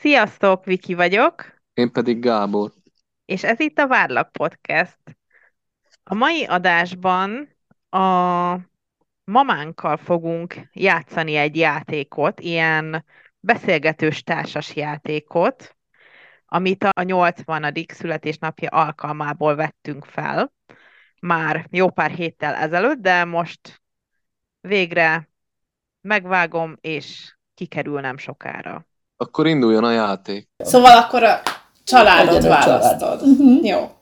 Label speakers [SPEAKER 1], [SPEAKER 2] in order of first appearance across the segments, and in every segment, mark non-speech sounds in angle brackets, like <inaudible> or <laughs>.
[SPEAKER 1] Sziasztok, Viki vagyok,
[SPEAKER 2] Én pedig Gábor.
[SPEAKER 1] és ez itt a Várlak Podcast. A mai adásban a mamánkkal fogunk játszani egy játékot, ilyen beszélgetős társas játékot, amit a 80. születésnapja alkalmából vettünk fel, már jó pár héttel ezelőtt, de most végre megvágom, és kikerül nem sokára.
[SPEAKER 2] Akkor induljon a játék.
[SPEAKER 3] Szóval akkor a családot
[SPEAKER 4] Legyen a család.
[SPEAKER 3] választod. Uh-huh. Jó.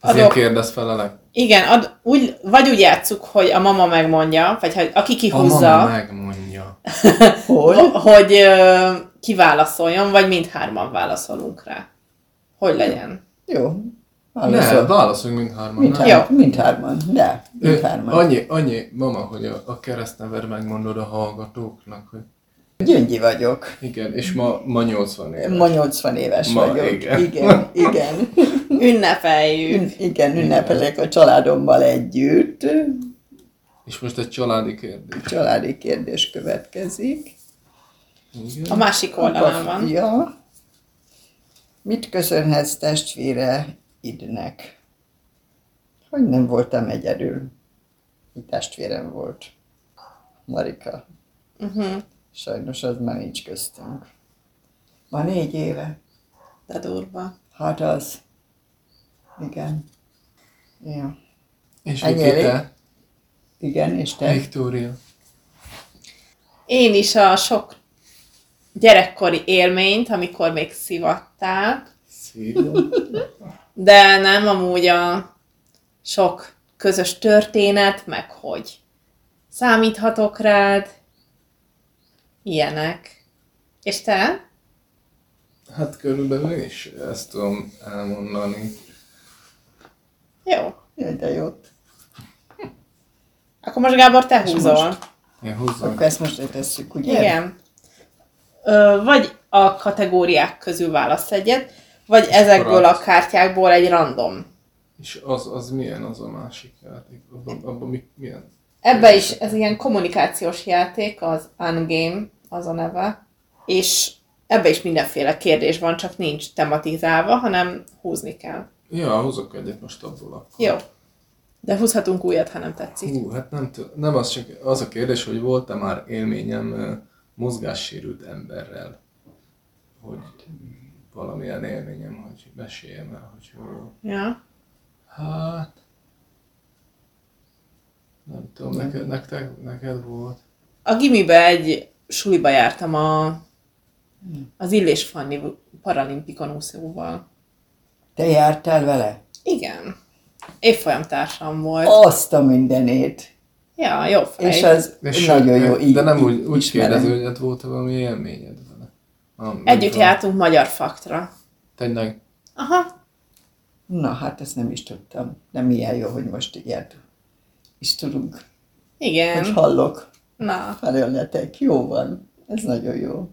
[SPEAKER 5] Az én
[SPEAKER 3] Adok.
[SPEAKER 5] kérdez felelek.
[SPEAKER 3] Igen, ad, úgy, vagy úgy játsszuk, hogy a mama megmondja, vagy ha, aki
[SPEAKER 5] A mama
[SPEAKER 3] kihúzza,
[SPEAKER 5] megmondja.
[SPEAKER 4] Hogy?
[SPEAKER 3] ho- hogy ö, kiválaszoljon, vagy mindhárman válaszolunk rá. Hogy legyen?
[SPEAKER 4] Jó.
[SPEAKER 5] Ne,
[SPEAKER 4] Válaszol.
[SPEAKER 5] válaszoljunk Hát szóval mindhárman. nem?
[SPEAKER 4] Mindhár, mindhárman. De,
[SPEAKER 5] Ö,
[SPEAKER 4] mindhárman.
[SPEAKER 5] Annyi, annyi, mama, hogy a, a keresztneved megmondod a hallgatóknak, hogy
[SPEAKER 4] Gyöngyi vagyok.
[SPEAKER 5] igen, és ma, ma 80 éves.
[SPEAKER 4] Ma 80 éves
[SPEAKER 5] Ma,
[SPEAKER 4] vagyok.
[SPEAKER 5] igen.
[SPEAKER 4] igen. igen.
[SPEAKER 3] Ünnepeljük.
[SPEAKER 4] Ün- igen, ünnepelek a családommal együtt.
[SPEAKER 5] És most egy családi kérdés.
[SPEAKER 4] Családi kérdés következik.
[SPEAKER 3] A
[SPEAKER 5] Igen.
[SPEAKER 3] másik oldalán van.
[SPEAKER 4] Ja. Mit köszönhetsz testvére idnek? Hogy nem voltam egyedül. Egy testvérem volt. Marika.
[SPEAKER 3] Uh-huh.
[SPEAKER 4] Sajnos az már nincs köztünk. Ma négy éve.
[SPEAKER 3] De durva.
[SPEAKER 4] Hát az. Igen. Ja.
[SPEAKER 5] És
[SPEAKER 4] Ennyi
[SPEAKER 5] Viki,
[SPEAKER 4] elég?
[SPEAKER 5] te?
[SPEAKER 4] Igen, és te?
[SPEAKER 5] Viktória.
[SPEAKER 3] Én is a sok gyerekkori élményt, amikor még szivatták,
[SPEAKER 5] Szia.
[SPEAKER 3] De nem amúgy a sok közös történet, meg hogy számíthatok rád, ilyenek. És te?
[SPEAKER 5] Hát körülbelül is ezt tudom elmondani.
[SPEAKER 3] Jó.
[SPEAKER 4] Jaj, de jót.
[SPEAKER 3] Akkor most Gábor, te húzol.
[SPEAKER 5] Én hozzá.
[SPEAKER 4] Akkor ezt most letesszük, ugye?
[SPEAKER 3] Igen. Ö, vagy a kategóriák közül válasz egyet, vagy ezekből a
[SPEAKER 5] válasz.
[SPEAKER 3] kártyákból egy random.
[SPEAKER 5] És az, az milyen az a másik játék? Abban, abban mi, milyen?
[SPEAKER 3] Ebbe is ez ilyen kommunikációs játék, az Ungame, az a neve. És ebbe is mindenféle kérdés van, csak nincs tematizálva, hanem húzni kell.
[SPEAKER 5] Ja, hozok egyet most abból akkor.
[SPEAKER 3] Jó. De húzhatunk újat, ha nem tetszik.
[SPEAKER 5] Hú, hát nem tudom. Nem, az csak az a kérdés, hogy volt-e már élményem ö, mozgássérült emberrel? Hogy valamilyen élményem, hogy meséljem el, hogy hol. volt.
[SPEAKER 3] Ja.
[SPEAKER 5] Hát... Nem tudom, neked, nektek, neked volt.
[SPEAKER 3] A gimibe egy suliba jártam a, az Illés Fanni paralimpikon úszóval.
[SPEAKER 4] Te jártál vele?
[SPEAKER 3] Igen. Évfolyam társam volt. Oh.
[SPEAKER 4] Azt a mindenét.
[SPEAKER 3] Ja, jó fej.
[SPEAKER 4] És az nagyon jó.
[SPEAKER 5] de, de nem úgy, úgy
[SPEAKER 4] ismerem.
[SPEAKER 5] kérdező, hogy hát volt-e valami élményed vele. Nem, nem
[SPEAKER 3] Együtt
[SPEAKER 5] tudom.
[SPEAKER 3] jártunk Magyar Faktra.
[SPEAKER 5] Tényleg,
[SPEAKER 3] Aha.
[SPEAKER 4] Na, hát ezt nem is tudtam. Nem ilyen jó, hogy most így jártunk. És tudunk,
[SPEAKER 3] Igen.
[SPEAKER 4] hogy hallok
[SPEAKER 3] Na.
[SPEAKER 4] felőletek. Jó van. Ez nagyon jó.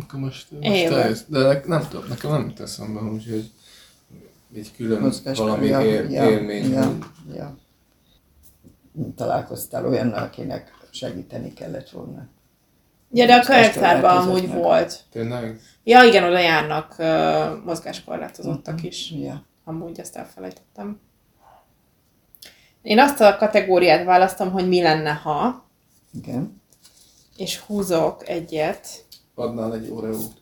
[SPEAKER 5] akkor most, most
[SPEAKER 3] Én vagy.
[SPEAKER 5] eljössz. De ne, nem tudom, nekem nem jut eszembe, úgyhogy egy külön
[SPEAKER 4] Mozgás-
[SPEAKER 5] valami él, élmény,
[SPEAKER 4] ja,
[SPEAKER 5] hogy
[SPEAKER 4] ja. Találkoztál olyannal, akinek segíteni kellett volna.
[SPEAKER 3] Ja, de a
[SPEAKER 4] Mozgáskorlátozottak.
[SPEAKER 3] könyvtárban amúgy volt.
[SPEAKER 5] Tényleg?
[SPEAKER 3] Ja, igen, oda járnak uh, mozgáskorlátozottak is.
[SPEAKER 4] Ja.
[SPEAKER 3] Amúgy ezt elfelejtettem. Én azt a kategóriát választom, hogy mi lenne, ha,
[SPEAKER 4] Igen.
[SPEAKER 3] és húzok egyet.
[SPEAKER 5] Adnál egy óreót.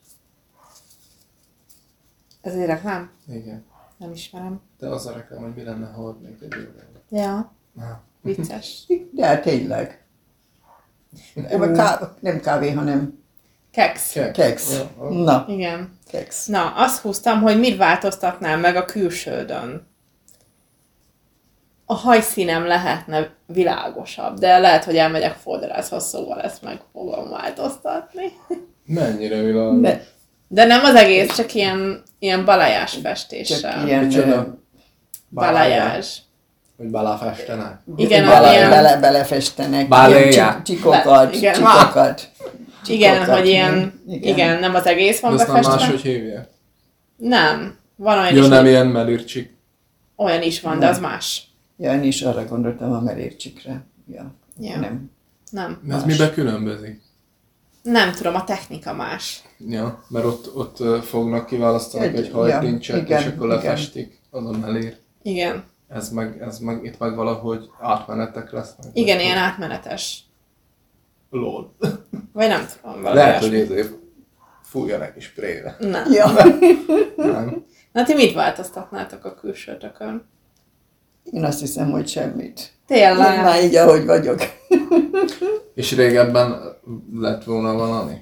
[SPEAKER 3] Ez egy reklám?
[SPEAKER 5] Igen.
[SPEAKER 3] Nem ismerem.
[SPEAKER 5] De az a reklám, hogy mi lenne, ha adnék egy óreót.
[SPEAKER 3] Ja,
[SPEAKER 5] Na.
[SPEAKER 3] vicces.
[SPEAKER 4] De hát tényleg. Nem, ká- nem kávé, hanem
[SPEAKER 3] Keks.
[SPEAKER 5] Kek.
[SPEAKER 4] keksz.
[SPEAKER 5] Ja, ha.
[SPEAKER 4] Na,
[SPEAKER 3] Igen.
[SPEAKER 4] keksz.
[SPEAKER 3] Na, azt húztam, hogy mit változtatnám meg a külsődön. A hajszínem lehetne világosabb, de lehet, hogy elmegyek fodrászhoz, szóval ezt meg fogom változtatni.
[SPEAKER 5] Mennyire világos.
[SPEAKER 4] Ne,
[SPEAKER 3] De nem az egész, csak ilyen, ilyen balajás festéssel.
[SPEAKER 4] csak ilyen eh,
[SPEAKER 5] Micsoda?
[SPEAKER 4] ö,
[SPEAKER 3] Balájás.
[SPEAKER 5] Hogy beláfestenek.
[SPEAKER 3] Igen,
[SPEAKER 4] bele,
[SPEAKER 3] ilyen-
[SPEAKER 4] bele, belefestenek.
[SPEAKER 5] Baléja.
[SPEAKER 4] ilyen csik- Csikokat,
[SPEAKER 3] Be- igen.
[SPEAKER 4] csikokat.
[SPEAKER 3] Igen,
[SPEAKER 4] Csikokat,
[SPEAKER 3] hogy ilyen,
[SPEAKER 4] nem?
[SPEAKER 3] igen. igen, nem az egész
[SPEAKER 5] De
[SPEAKER 3] van
[SPEAKER 5] azt nem
[SPEAKER 3] befestve.
[SPEAKER 5] máshogy hívják.
[SPEAKER 3] Nem, van olyan
[SPEAKER 5] Jó,
[SPEAKER 3] is,
[SPEAKER 5] nem ilyen melírcsik.
[SPEAKER 3] olyan is van, de az más.
[SPEAKER 4] Ja, én is arra gondoltam a merércsikre. Ja.
[SPEAKER 3] Ja.
[SPEAKER 4] Nem.
[SPEAKER 3] Nem.
[SPEAKER 5] Ez
[SPEAKER 4] Más.
[SPEAKER 5] mibe különbözik?
[SPEAKER 3] Nem tudom, a technika más.
[SPEAKER 5] Ja, mert ott, ott ö, fognak, kiválasztanak
[SPEAKER 4] Egy-
[SPEAKER 5] egy
[SPEAKER 4] ja,
[SPEAKER 5] hajtincset,
[SPEAKER 4] igen,
[SPEAKER 5] és akkor
[SPEAKER 4] igen.
[SPEAKER 5] lefestik azon elér.
[SPEAKER 3] Igen.
[SPEAKER 5] Ez meg, ez meg, itt meg valahogy átmenetek lesznek.
[SPEAKER 3] Igen,
[SPEAKER 5] Vagy-
[SPEAKER 3] ilyen átmenetes.
[SPEAKER 5] Lol.
[SPEAKER 3] Vagy nem tudom, valami
[SPEAKER 5] Lehet, hogy
[SPEAKER 3] olyasmi.
[SPEAKER 5] ezért fújjanak is préve.
[SPEAKER 3] Nem.
[SPEAKER 4] Ja.
[SPEAKER 5] Nem?
[SPEAKER 3] Na, ti mit változtatnátok a külsőtökön?
[SPEAKER 4] <laughs> Én azt hiszem, hogy semmit. Én
[SPEAKER 3] Tényleg.
[SPEAKER 4] már így, ahogy vagyok.
[SPEAKER 5] És régebben lett volna valami?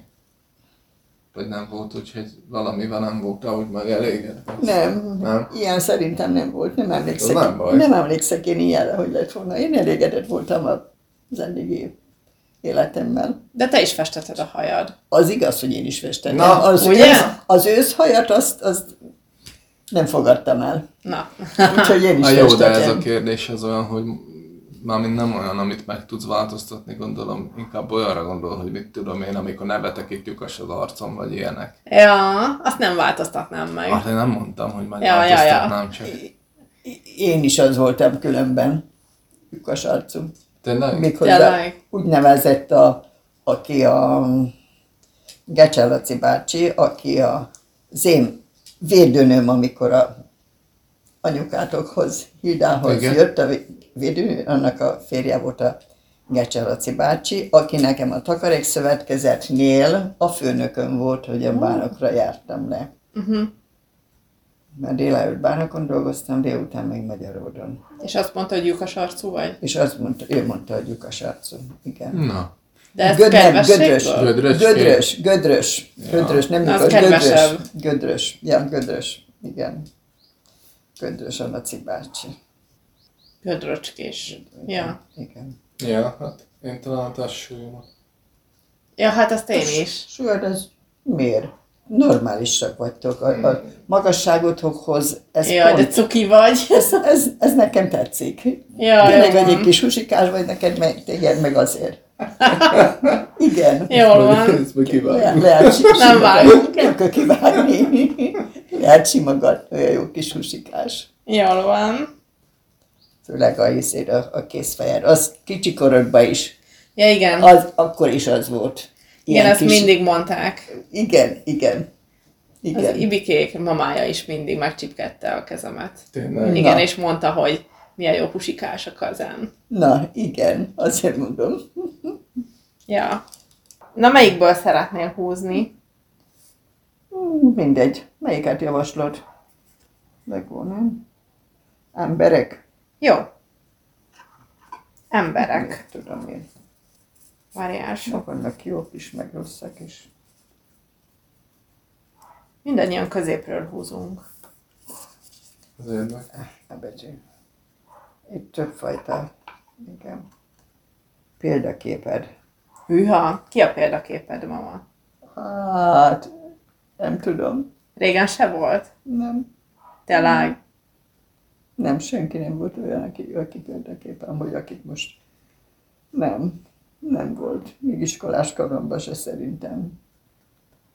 [SPEAKER 5] Vagy nem volt, úgyhogy valamivel nem volt, ahogy meg elégedett.
[SPEAKER 4] Nem.
[SPEAKER 5] Nem?
[SPEAKER 4] Ilyen szerintem nem volt, nem emlékszek.
[SPEAKER 5] Az nem baj.
[SPEAKER 4] nem emlékszek én ilyenre, hogy lett volna. Én elégedett voltam az eddigi életemmel.
[SPEAKER 3] De te is festeted a hajad.
[SPEAKER 4] Az igaz, hogy én is festettem.
[SPEAKER 5] Na,
[SPEAKER 4] az,
[SPEAKER 3] ugye?
[SPEAKER 4] Ősz, az őszhajat azt, azt nem fogadtam el.
[SPEAKER 3] Na, <laughs>
[SPEAKER 4] Úgyhogy én is
[SPEAKER 5] Na jó, de
[SPEAKER 4] festettem.
[SPEAKER 5] ez a kérdés ez olyan, hogy mármint nem olyan, amit meg tudsz változtatni, gondolom, inkább olyanra gondol, hogy mit tudom én, amikor nevetek itt lyukas az arcom, vagy ilyenek.
[SPEAKER 3] ja, azt nem változtatnám meg.
[SPEAKER 5] Hát én nem mondtam, hogy meg
[SPEAKER 3] Ja, ja, ja.
[SPEAKER 5] változtatnám, csak
[SPEAKER 4] Én is az voltam különben. Lyukas arcú.
[SPEAKER 5] tényleg?
[SPEAKER 4] Méghozzá
[SPEAKER 3] Tényleg?
[SPEAKER 4] úgynevezett, a, aki a mm, Gecsel Laci bácsi, aki a az én védőnőm, amikor a anyukátokhoz, Hildához
[SPEAKER 5] Igen.
[SPEAKER 4] Igen. jött a vé- védőnő, annak a férje volt a Gecsel Laci bácsi, aki nekem a takarékszövetkezetnél a főnököm volt, hogy a bánokra jártam le.
[SPEAKER 3] Uh-huh.
[SPEAKER 4] Mert délelőtt bánokon dolgoztam, délután még Magyaródon.
[SPEAKER 3] És azt mondta, hogy lyukas arcú vagy.
[SPEAKER 4] És azt mondta, ő mondta, hogy Lyukas arcom. Igen.
[SPEAKER 5] Na,
[SPEAKER 3] De ez
[SPEAKER 4] Göd- nem,
[SPEAKER 3] kedvességből?
[SPEAKER 5] gödrös. Gödrös.
[SPEAKER 4] Gödrös, gödrös, gödrös, nem
[SPEAKER 3] Na, az
[SPEAKER 4] igaz, gödrös,
[SPEAKER 3] kedvesebb.
[SPEAKER 4] gödrös, ja, gödrös, igen. Gödrös a Laci bácsi.
[SPEAKER 3] Gödröcskés. Ja.
[SPEAKER 4] Igen.
[SPEAKER 5] ja, hát én találtam a súlyomat.
[SPEAKER 3] ja, hát azt én is.
[SPEAKER 4] Súlyod az miért? Normálisak vagytok. A, a magasságotokhoz ez
[SPEAKER 3] Jaj, de
[SPEAKER 4] pont,
[SPEAKER 3] cuki vagy.
[SPEAKER 4] ez, ez, ez, nekem tetszik.
[SPEAKER 3] <laughs> Jaj,
[SPEAKER 4] Tényleg
[SPEAKER 3] jól
[SPEAKER 4] vagy egy
[SPEAKER 3] van.
[SPEAKER 4] kis husikás vagy, neked meg, téged meg
[SPEAKER 3] <laughs>
[SPEAKER 4] azért. Igen.
[SPEAKER 3] Jól van.
[SPEAKER 5] <laughs> Ez meg
[SPEAKER 4] Le-
[SPEAKER 5] kívánom.
[SPEAKER 4] Lehet simogatni.
[SPEAKER 3] Nem vágjuk.
[SPEAKER 4] Nem kell kivágni. Lehet simogatni, olyan jó kis husikás.
[SPEAKER 3] Jól van.
[SPEAKER 4] Főleg a hiszéd a, a készfejed. Az kicsi korodban is.
[SPEAKER 3] Ja, igen.
[SPEAKER 4] Az, akkor is az volt.
[SPEAKER 3] Igen, ezt mindig mondták.
[SPEAKER 4] Igen, igen.
[SPEAKER 3] Az
[SPEAKER 4] Igen.
[SPEAKER 3] Ibikék mamája is mindig megcsipkedte a kezemet.
[SPEAKER 5] Tényleg.
[SPEAKER 3] Igen,
[SPEAKER 4] Na.
[SPEAKER 3] és mondta, hogy milyen jó pusikás a kazán.
[SPEAKER 4] Na, igen, azért mondom.
[SPEAKER 3] Ja. Na, melyikből szeretnél húzni?
[SPEAKER 4] Hú, Mindegy. Melyiket javaslod? Legvonom. Emberek?
[SPEAKER 3] Jó. Emberek.
[SPEAKER 4] Miért Tudom én.
[SPEAKER 3] Variások.
[SPEAKER 4] Sok vannak jók is, meg rosszak is.
[SPEAKER 3] Mindannyian középről húzunk.
[SPEAKER 5] Az érdek.
[SPEAKER 4] Ebecsi. Itt többfajta. Igen. Példaképed.
[SPEAKER 3] Hűha, ki a példaképed, mama?
[SPEAKER 4] Hát, nem tudom.
[SPEAKER 3] Régen se volt?
[SPEAKER 4] Nem, Mm.
[SPEAKER 3] Tényleg?
[SPEAKER 4] nem, senki nem volt olyan, aki, aki példaképpen, hogy akik most... Nem, nem volt. Még iskolás koromban se szerintem. Nem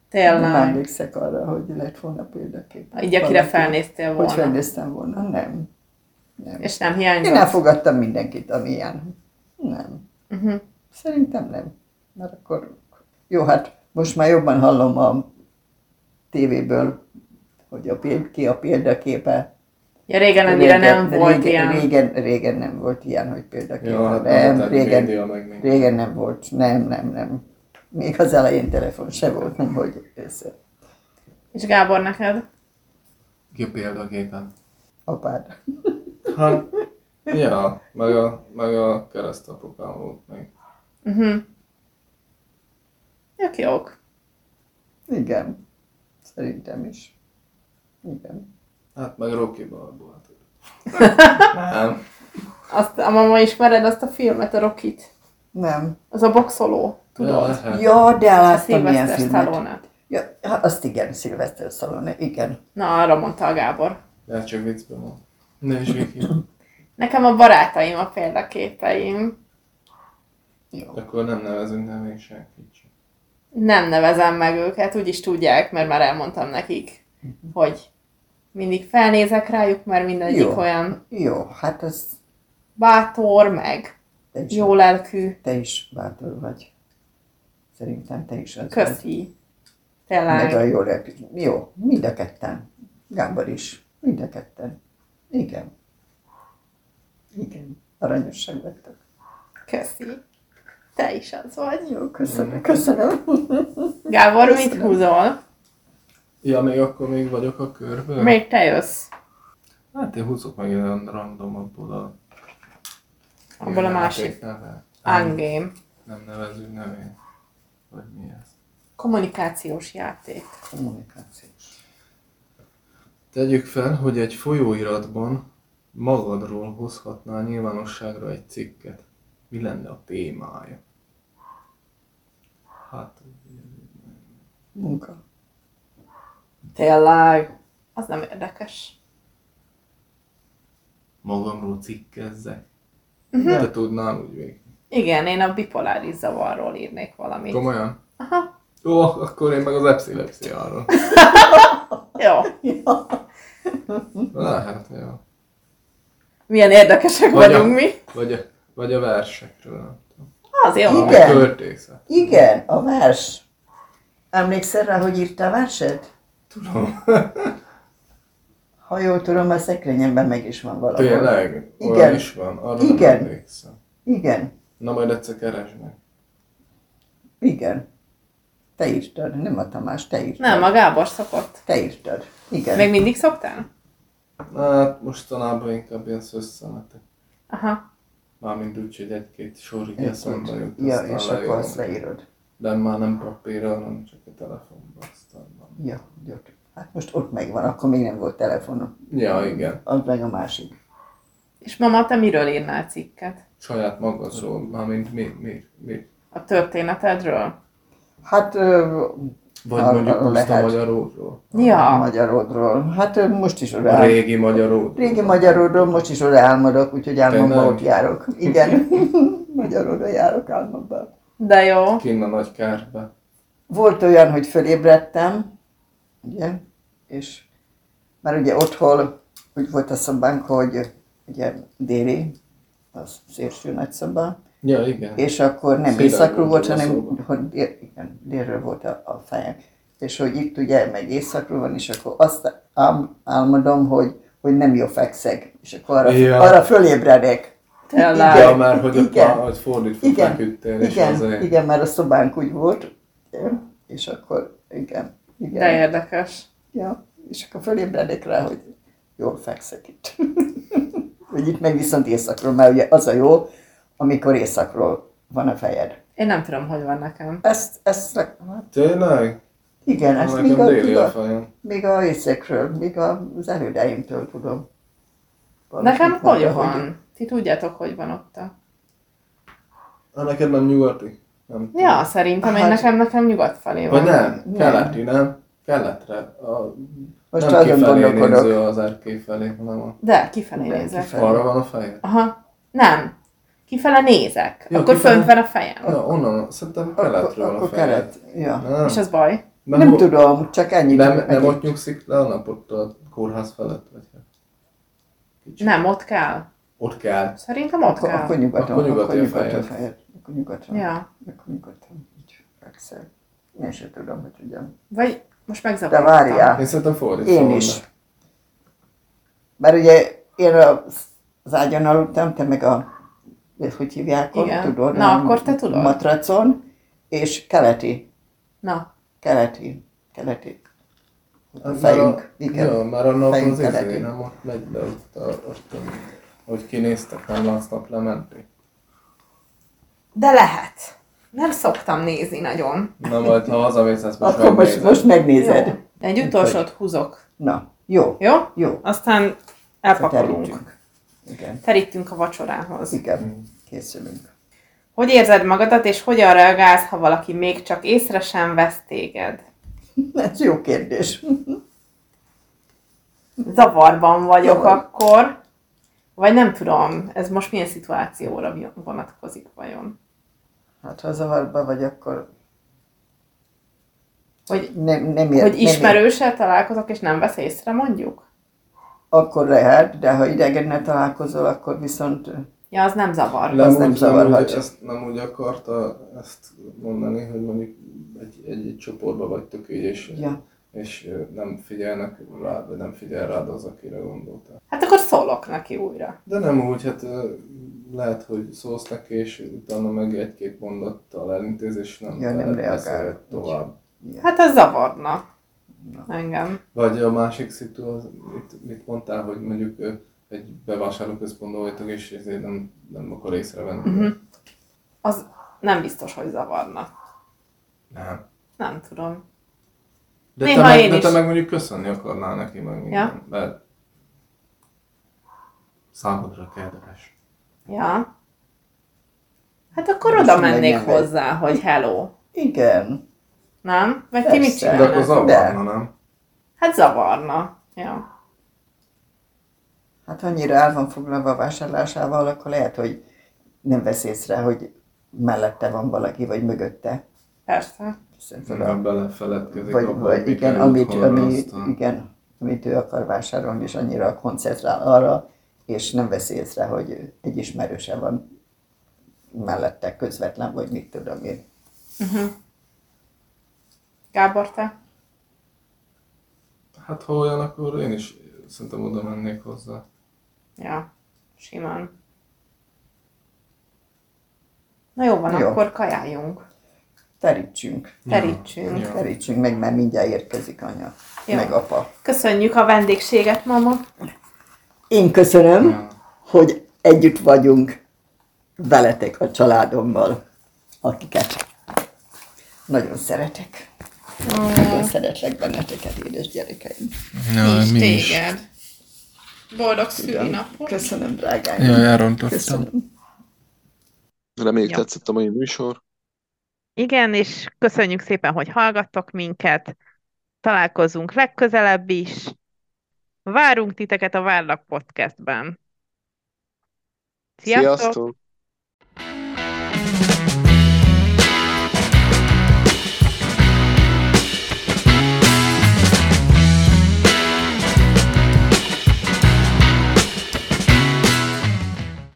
[SPEAKER 3] Tényleg?
[SPEAKER 4] emlékszek arra, hogy lett volna példakép.
[SPEAKER 3] Így akire felnéztél
[SPEAKER 4] Hogy
[SPEAKER 3] volna.
[SPEAKER 4] felnéztem volna? Nem. nem.
[SPEAKER 3] És nem
[SPEAKER 4] Én
[SPEAKER 3] hiányzott?
[SPEAKER 4] elfogadtam mindenkit, amilyen. Nem.
[SPEAKER 3] Uh-huh.
[SPEAKER 4] Szerintem nem. Mert akkor... Jó, hát most már jobban hallom a tévéből, hogy a péld, ki a példaképe.
[SPEAKER 3] Ja, régen annyira nem
[SPEAKER 4] de
[SPEAKER 3] volt
[SPEAKER 4] régen,
[SPEAKER 3] ilyen.
[SPEAKER 4] Régen, régen nem volt ilyen, hogy példaképe.
[SPEAKER 5] Jó, hát
[SPEAKER 4] nem,
[SPEAKER 5] nem,
[SPEAKER 4] régen,
[SPEAKER 5] média meg minden.
[SPEAKER 4] régen nem volt. Nem, nem, nem. Még az elején telefon se volt, nem hogy össze.
[SPEAKER 3] És Gábor, neked?
[SPEAKER 5] Ki a példaképen?
[SPEAKER 4] Apád.
[SPEAKER 5] Hát, ja, meg a, meg a keresztapukám volt még.
[SPEAKER 3] Uh-huh. Jók, jók.
[SPEAKER 4] Igen. Szerintem is. Igen.
[SPEAKER 5] Hát meg Rocky Balboa. <laughs> Nem.
[SPEAKER 3] Azt, a mama ismered azt a filmet, a Rokit?
[SPEAKER 4] Nem.
[SPEAKER 3] Az a boxoló, tudod?
[SPEAKER 5] Ja, hát.
[SPEAKER 4] Ja, de
[SPEAKER 3] a
[SPEAKER 4] láttam ilyen
[SPEAKER 3] Sylvester
[SPEAKER 4] filmet.
[SPEAKER 3] stallone
[SPEAKER 4] Ja, hát azt igen, Sylvester Stallone, igen.
[SPEAKER 3] Na, arra mondta a Gábor.
[SPEAKER 5] De hát csak viccben van. Ne is Viki.
[SPEAKER 3] Nekem a barátaim a példaképeim.
[SPEAKER 4] Jó.
[SPEAKER 5] <laughs> Akkor nem nevezünk nem még senkit sem.
[SPEAKER 3] Nem nevezem meg őket, úgyis tudják, mert már elmondtam nekik,
[SPEAKER 4] Mhm.
[SPEAKER 3] hogy mindig felnézek rájuk, mert mindegyik
[SPEAKER 4] Jó.
[SPEAKER 3] olyan
[SPEAKER 4] Jó, hát ez
[SPEAKER 3] bátor, meg
[SPEAKER 4] te is,
[SPEAKER 3] jó lelkű.
[SPEAKER 4] te is bátor vagy. Szerintem te is az vagy.
[SPEAKER 3] Köszi.
[SPEAKER 4] Meg a
[SPEAKER 3] Tényleg.
[SPEAKER 4] jó repül. Jó, mind a ketten. Gábor is. Mind a ketten. Igen. Igen. Aranyosak vettek.
[SPEAKER 3] Köszi. Te is az vagy.
[SPEAKER 4] Jó, köszönöm. Köszönöm.
[SPEAKER 3] Gábor, mit
[SPEAKER 4] Köszönöm.
[SPEAKER 3] húzol?
[SPEAKER 5] Ja, még akkor még vagyok a körből?
[SPEAKER 3] Még te jössz.
[SPEAKER 5] Hát én húzok meg olyan random abból a...
[SPEAKER 3] Abból a
[SPEAKER 5] Mi
[SPEAKER 3] másik.
[SPEAKER 5] játék neve? Nem,
[SPEAKER 3] Angame.
[SPEAKER 5] nem nevezünk nevén. Vagy mi ez?
[SPEAKER 3] Kommunikációs játék.
[SPEAKER 4] Kommunikációs.
[SPEAKER 5] Tegyük fel, hogy egy folyóiratban magadról hozhatnál nyilvánosságra egy cikket. Mi lenne a témája? Hát,
[SPEAKER 4] Munka.
[SPEAKER 3] Tényleg. Az nem érdekes.
[SPEAKER 5] magamról cikkezzek.
[SPEAKER 4] Mhm.
[SPEAKER 5] Te tudnál úgy végig.
[SPEAKER 3] Igen, én a bipoláris zavarról írnék valamit.
[SPEAKER 5] Komolyan?
[SPEAKER 3] Aha.
[SPEAKER 5] Jó, akkor én meg az epilepsziáról.
[SPEAKER 3] Jó.
[SPEAKER 4] Ja.
[SPEAKER 5] Lehet, jó.
[SPEAKER 3] Milyen érdekesek
[SPEAKER 5] hát, Vagy a-
[SPEAKER 3] vagyunk mi.
[SPEAKER 5] Vagy a, vagy a versekről. nem tudom.
[SPEAKER 3] Az jó.
[SPEAKER 5] Valami
[SPEAKER 4] Igen.
[SPEAKER 5] költészet.
[SPEAKER 4] Igen, a vers. Emlékszel rá, hogy írtál verset?
[SPEAKER 5] Tudom.
[SPEAKER 4] Ha jól tudom, a szekrényemben meg is van valahol.
[SPEAKER 5] Tényleg? Olyan
[SPEAKER 4] Igen.
[SPEAKER 5] is van? Arra
[SPEAKER 4] Igen.
[SPEAKER 5] nem emlékszem.
[SPEAKER 4] Igen,
[SPEAKER 5] Na majd egyszer keresd meg.
[SPEAKER 4] igen. Te írtad, nem a Tamás, te írtad.
[SPEAKER 3] Nem, a Gábor szokott.
[SPEAKER 4] Te írtad. Igen.
[SPEAKER 3] Még mindig szoktál?
[SPEAKER 5] Na, Hát mostanában inkább ilyen szösszemetek.
[SPEAKER 3] Aha.
[SPEAKER 5] Mármint úgy, hogy egy-két sor így
[SPEAKER 4] Egy
[SPEAKER 5] eszembe
[SPEAKER 4] kocsi.
[SPEAKER 5] jut,
[SPEAKER 4] Ja,
[SPEAKER 5] aztán
[SPEAKER 4] és akkor
[SPEAKER 5] leírom.
[SPEAKER 4] azt leírod.
[SPEAKER 5] De már nem papírra, hanem csak a telefonba, aztán van.
[SPEAKER 4] Ja, jó. Hát most ott megvan, akkor még nem volt telefonom.
[SPEAKER 5] Ja, igen.
[SPEAKER 4] Az meg a másik.
[SPEAKER 3] És mama, te miről írnál cikket?
[SPEAKER 5] Saját magadról, mármint mi, mi, mi.
[SPEAKER 3] A történetedről?
[SPEAKER 4] Hát ö,
[SPEAKER 5] Vagy
[SPEAKER 4] Arra
[SPEAKER 5] mondjuk puszta
[SPEAKER 4] lehet.
[SPEAKER 5] magyaródról.
[SPEAKER 4] a
[SPEAKER 3] Ja.
[SPEAKER 4] magyarodról. Hát ö, most is oda
[SPEAKER 5] A
[SPEAKER 4] áll-
[SPEAKER 5] régi magyaródról.
[SPEAKER 4] Régi magyarodról most is oda álmodok, úgyhogy álmomba
[SPEAKER 5] Tényleg?
[SPEAKER 4] ott járok.
[SPEAKER 5] <laughs>
[SPEAKER 4] Igen, magyarodra járok álmomba.
[SPEAKER 3] De jó.
[SPEAKER 5] Kinn a nagy kártba.
[SPEAKER 4] Volt olyan, hogy fölébredtem, ugye, és már ugye otthon úgy volt a szobánk, hogy ugye déli, az szélső nagy szoba,
[SPEAKER 5] Ja, igen.
[SPEAKER 4] és akkor nem
[SPEAKER 5] Szépen
[SPEAKER 4] északról volt,
[SPEAKER 5] volt a
[SPEAKER 4] hanem
[SPEAKER 5] szoba.
[SPEAKER 4] hogy dél, igen, délről volt a, a fejem. És hogy itt ugye meg északról van, és akkor azt ám, álmodom, hogy, hogy nem jó fekszek, és akkor arra,
[SPEAKER 5] Ja.
[SPEAKER 4] arra fölébredek.
[SPEAKER 3] Tényleg.
[SPEAKER 5] Ja, már hogy ott
[SPEAKER 4] hát, igen.
[SPEAKER 5] már, hogy fordítva
[SPEAKER 4] Igen,
[SPEAKER 5] feküdtél, és
[SPEAKER 4] igen,
[SPEAKER 5] azért.
[SPEAKER 4] igen, mert a szobánk úgy volt, ugye, és akkor igen. igen.
[SPEAKER 3] De érdekes.
[SPEAKER 4] Ja, és akkor fölébredek rá, hogy jól fekszek itt. <laughs> hogy itt meg viszont éjszakról, mert ugye az a jó, amikor éjszakról van a fejed.
[SPEAKER 3] Én nem tudom, hogy van nekem.
[SPEAKER 4] Ezt, ezt, le- hát
[SPEAKER 5] Tényleg?
[SPEAKER 4] igen, ezt még
[SPEAKER 5] Nekem
[SPEAKER 4] a,
[SPEAKER 5] déli
[SPEAKER 4] még
[SPEAKER 5] a
[SPEAKER 4] a,
[SPEAKER 5] fejem.
[SPEAKER 4] még a éjszakról, még az elődeimtől tudom. Valaki
[SPEAKER 3] Nekem
[SPEAKER 4] mondta,
[SPEAKER 3] hogy van? Ti tudjátok, hogy van ott a...
[SPEAKER 5] Hát neked nem nyugati? Nem tudom.
[SPEAKER 3] Ja, szerintem én
[SPEAKER 4] Hát-
[SPEAKER 3] nekem, nekem nyugat felé
[SPEAKER 5] Vagy
[SPEAKER 3] van.
[SPEAKER 5] nem?
[SPEAKER 4] Nem.
[SPEAKER 5] Keleti, nem? Keletre. A,
[SPEAKER 4] Most
[SPEAKER 5] nem
[SPEAKER 4] azon
[SPEAKER 5] kifelé
[SPEAKER 4] gondolkodok.
[SPEAKER 5] néző az erkély felé, hanem a,
[SPEAKER 3] De, kifelé
[SPEAKER 4] De,
[SPEAKER 3] nézek.
[SPEAKER 4] kifelé.
[SPEAKER 5] arra van a feje.
[SPEAKER 3] Aha. Nem. Kifele nézek.
[SPEAKER 5] Ja,
[SPEAKER 3] Akkor
[SPEAKER 5] kifele.
[SPEAKER 3] fönt van a fejem.
[SPEAKER 5] Ja, onnan, szerintem
[SPEAKER 4] Akkor,
[SPEAKER 5] keletről a
[SPEAKER 4] akkor
[SPEAKER 5] feje.
[SPEAKER 4] kelet. Ja.
[SPEAKER 5] Nem,
[SPEAKER 3] És az baj.
[SPEAKER 5] nem,
[SPEAKER 4] Nem
[SPEAKER 5] ho-
[SPEAKER 4] tudom, csak ennyit.
[SPEAKER 5] nem, nem
[SPEAKER 4] ennyit.
[SPEAKER 5] ott nyugszik le a napot a kórház felett? Vagy hát. Kicsit.
[SPEAKER 3] Nem, ott kell.
[SPEAKER 5] Ott kell.
[SPEAKER 3] Szerintem ott
[SPEAKER 4] Akkor,
[SPEAKER 3] kell.
[SPEAKER 4] akkor nyugaton,
[SPEAKER 5] Akkor
[SPEAKER 4] akkor
[SPEAKER 5] nyugati a
[SPEAKER 4] nyugaton, akkor nyugaton
[SPEAKER 5] fejed.
[SPEAKER 4] fejed. Akkor nyugaton.
[SPEAKER 3] Ja.
[SPEAKER 4] Akkor nyugodtan, így fekszel. Én sem tudom, hogy hogyan.
[SPEAKER 3] Vagy most
[SPEAKER 4] De
[SPEAKER 3] megzavarodtam.
[SPEAKER 4] várjál,
[SPEAKER 5] Én szerintem fordítva
[SPEAKER 4] én
[SPEAKER 5] van, Hát
[SPEAKER 4] is. Mert ugye én az az ágyon aludtam, te meg a, ezt hogy hívják ott,
[SPEAKER 3] Igen.
[SPEAKER 4] tudod?
[SPEAKER 3] Na,
[SPEAKER 4] a
[SPEAKER 3] akkor te tudod.
[SPEAKER 4] Matracon, és keleti,
[SPEAKER 3] Na,
[SPEAKER 4] keleti, keleti. A
[SPEAKER 5] Hát
[SPEAKER 4] fejünk,
[SPEAKER 5] már a,
[SPEAKER 4] igen.
[SPEAKER 5] Ja, már a nap
[SPEAKER 4] Fejünk
[SPEAKER 5] az izé,
[SPEAKER 4] keleti.
[SPEAKER 5] nem ott megy, de ott, a, ott a, hogy kinéztek, nem látsznak lementék.
[SPEAKER 3] de lehet. Nem szoktam nézni nagyon.
[SPEAKER 5] Na majd, ha hazamész, ezt most
[SPEAKER 4] Akkor most,
[SPEAKER 5] megnézed.
[SPEAKER 4] most megnézed.
[SPEAKER 3] Jó. Egy utolsót húzok.
[SPEAKER 4] Na, jó,
[SPEAKER 3] Jó?
[SPEAKER 4] jó.
[SPEAKER 3] Aztán elpakolunk.
[SPEAKER 4] Terítünk. Igen,
[SPEAKER 3] Terítünk a vacsorához.
[SPEAKER 5] Mm.
[SPEAKER 4] igen, készülünk. <laughs>
[SPEAKER 3] Hogy érzed magadat, és hogyan reagálsz, ha valaki még csak észre sem vesz téged?
[SPEAKER 4] Ez jó kérdés.
[SPEAKER 3] Zavarban vagyok
[SPEAKER 4] Zavar.
[SPEAKER 3] akkor, vagy nem tudom, ez most milyen szituációra vi- vonatkozik vajon?
[SPEAKER 4] Hát ha zavarba vagy, akkor
[SPEAKER 3] Hogy,
[SPEAKER 4] nem, nem ér,
[SPEAKER 3] hogy
[SPEAKER 4] nem ér-
[SPEAKER 3] ismerőssel találkozok, és nem vesz észre, mondjuk?
[SPEAKER 4] Akkor lehet, de ha idegennel találkozol, akkor viszont
[SPEAKER 3] Ja, az nem zavar.
[SPEAKER 5] Nem,
[SPEAKER 4] Hát Az
[SPEAKER 5] úgy,
[SPEAKER 4] nem
[SPEAKER 5] nem, úgy,
[SPEAKER 4] zavarhatja.
[SPEAKER 5] ezt, nem úgy akarta ezt mondani, hogy mondjuk egy, egy, egy csoportba vagytok így, és,
[SPEAKER 4] Ja.
[SPEAKER 5] és ö, nem figyelnek rád, vagy nem figyel rád az, akire gondoltál.
[SPEAKER 3] Hát akkor szólok neki újra.
[SPEAKER 5] De nem úgy, hát ö, lehet, hogy szólsz neki, és utána meg egy-két mondattal elintéz, és nem,
[SPEAKER 4] Ja, nem
[SPEAKER 5] veled
[SPEAKER 4] reagál.
[SPEAKER 5] beszél tovább.
[SPEAKER 3] Hát ez zavarna. Engem.
[SPEAKER 5] Vagy a másik szitu, az, mit, mit mondtál, hogy mondjuk ö, egy bevásárlóközpontban vagytok, és ezért nem, nem akar észrevenni.
[SPEAKER 3] Mhm. Az nem biztos, hogy zavarna.
[SPEAKER 5] Nem.
[SPEAKER 3] Nem tudom.
[SPEAKER 5] De
[SPEAKER 3] Néha
[SPEAKER 5] te, meg,
[SPEAKER 3] én
[SPEAKER 5] de te
[SPEAKER 3] is.
[SPEAKER 5] meg mondjuk köszönni akarnál neki, meg minden.
[SPEAKER 3] Ja.
[SPEAKER 5] De számodra kedves.
[SPEAKER 3] Ja. Hát akkor
[SPEAKER 4] Most
[SPEAKER 3] oda mennék
[SPEAKER 4] megnyelve.
[SPEAKER 3] hozzá, hogy hello.
[SPEAKER 4] Igen.
[SPEAKER 3] Nem? Vagy ti mit
[SPEAKER 4] Persze.
[SPEAKER 5] De akkor
[SPEAKER 3] csinálnak?
[SPEAKER 5] zavarna, nem?
[SPEAKER 3] Hát zavarna. Ja.
[SPEAKER 4] Hát ha annyira el van foglalva a vásárlásával, akkor lehet, hogy nem vesz észre, hogy mellette van valaki, vagy mögötte.
[SPEAKER 3] Persze.
[SPEAKER 5] Szóval
[SPEAKER 4] Szerintem,
[SPEAKER 5] belefeledkezik
[SPEAKER 4] vagy,
[SPEAKER 5] abba,
[SPEAKER 4] vagy
[SPEAKER 5] hogy mi
[SPEAKER 4] igen,
[SPEAKER 5] került
[SPEAKER 4] amit,
[SPEAKER 5] volna,
[SPEAKER 4] ami,
[SPEAKER 5] aztán-
[SPEAKER 4] igen, amit ő akar vásárolni, és annyira koncentrál arra, és nem vesz észre, hogy egy ismerőse van mellette közvetlen, vagy mit tudom én.
[SPEAKER 3] Gábor, te?
[SPEAKER 5] Hát ha olyan, akkor én is szerintem oda mennék hozzá.
[SPEAKER 3] Ja. Simán. Na jó van,
[SPEAKER 4] Jó.
[SPEAKER 3] akkor kajáljunk.
[SPEAKER 4] Terítsünk,
[SPEAKER 3] Terítsünk.
[SPEAKER 5] Ja.
[SPEAKER 4] terítsünk meg, mert mindjárt érkezik anya,
[SPEAKER 3] Jó.
[SPEAKER 4] meg apa.
[SPEAKER 3] Köszönjük a vendégséget, mama.
[SPEAKER 4] Én köszönöm,
[SPEAKER 5] Ja.
[SPEAKER 4] hogy együtt vagyunk veletek a családommal, akiket nagyon szeretek. Nagyon szeretlek benneteket, édes gyerekeim.
[SPEAKER 5] Ja,
[SPEAKER 3] Boldog
[SPEAKER 4] Köszönöm, drágáim.
[SPEAKER 5] Ja, elrontottam.
[SPEAKER 4] Köszönöm.
[SPEAKER 2] Reméljük
[SPEAKER 1] Ja.
[SPEAKER 2] tetszett a mai műsor.
[SPEAKER 1] Igen, és köszönjük szépen, hogy hallgattok minket. Találkozunk legközelebb is. Várunk titeket a Várlak Podcastben. Sziasztok!
[SPEAKER 2] Sziasztok!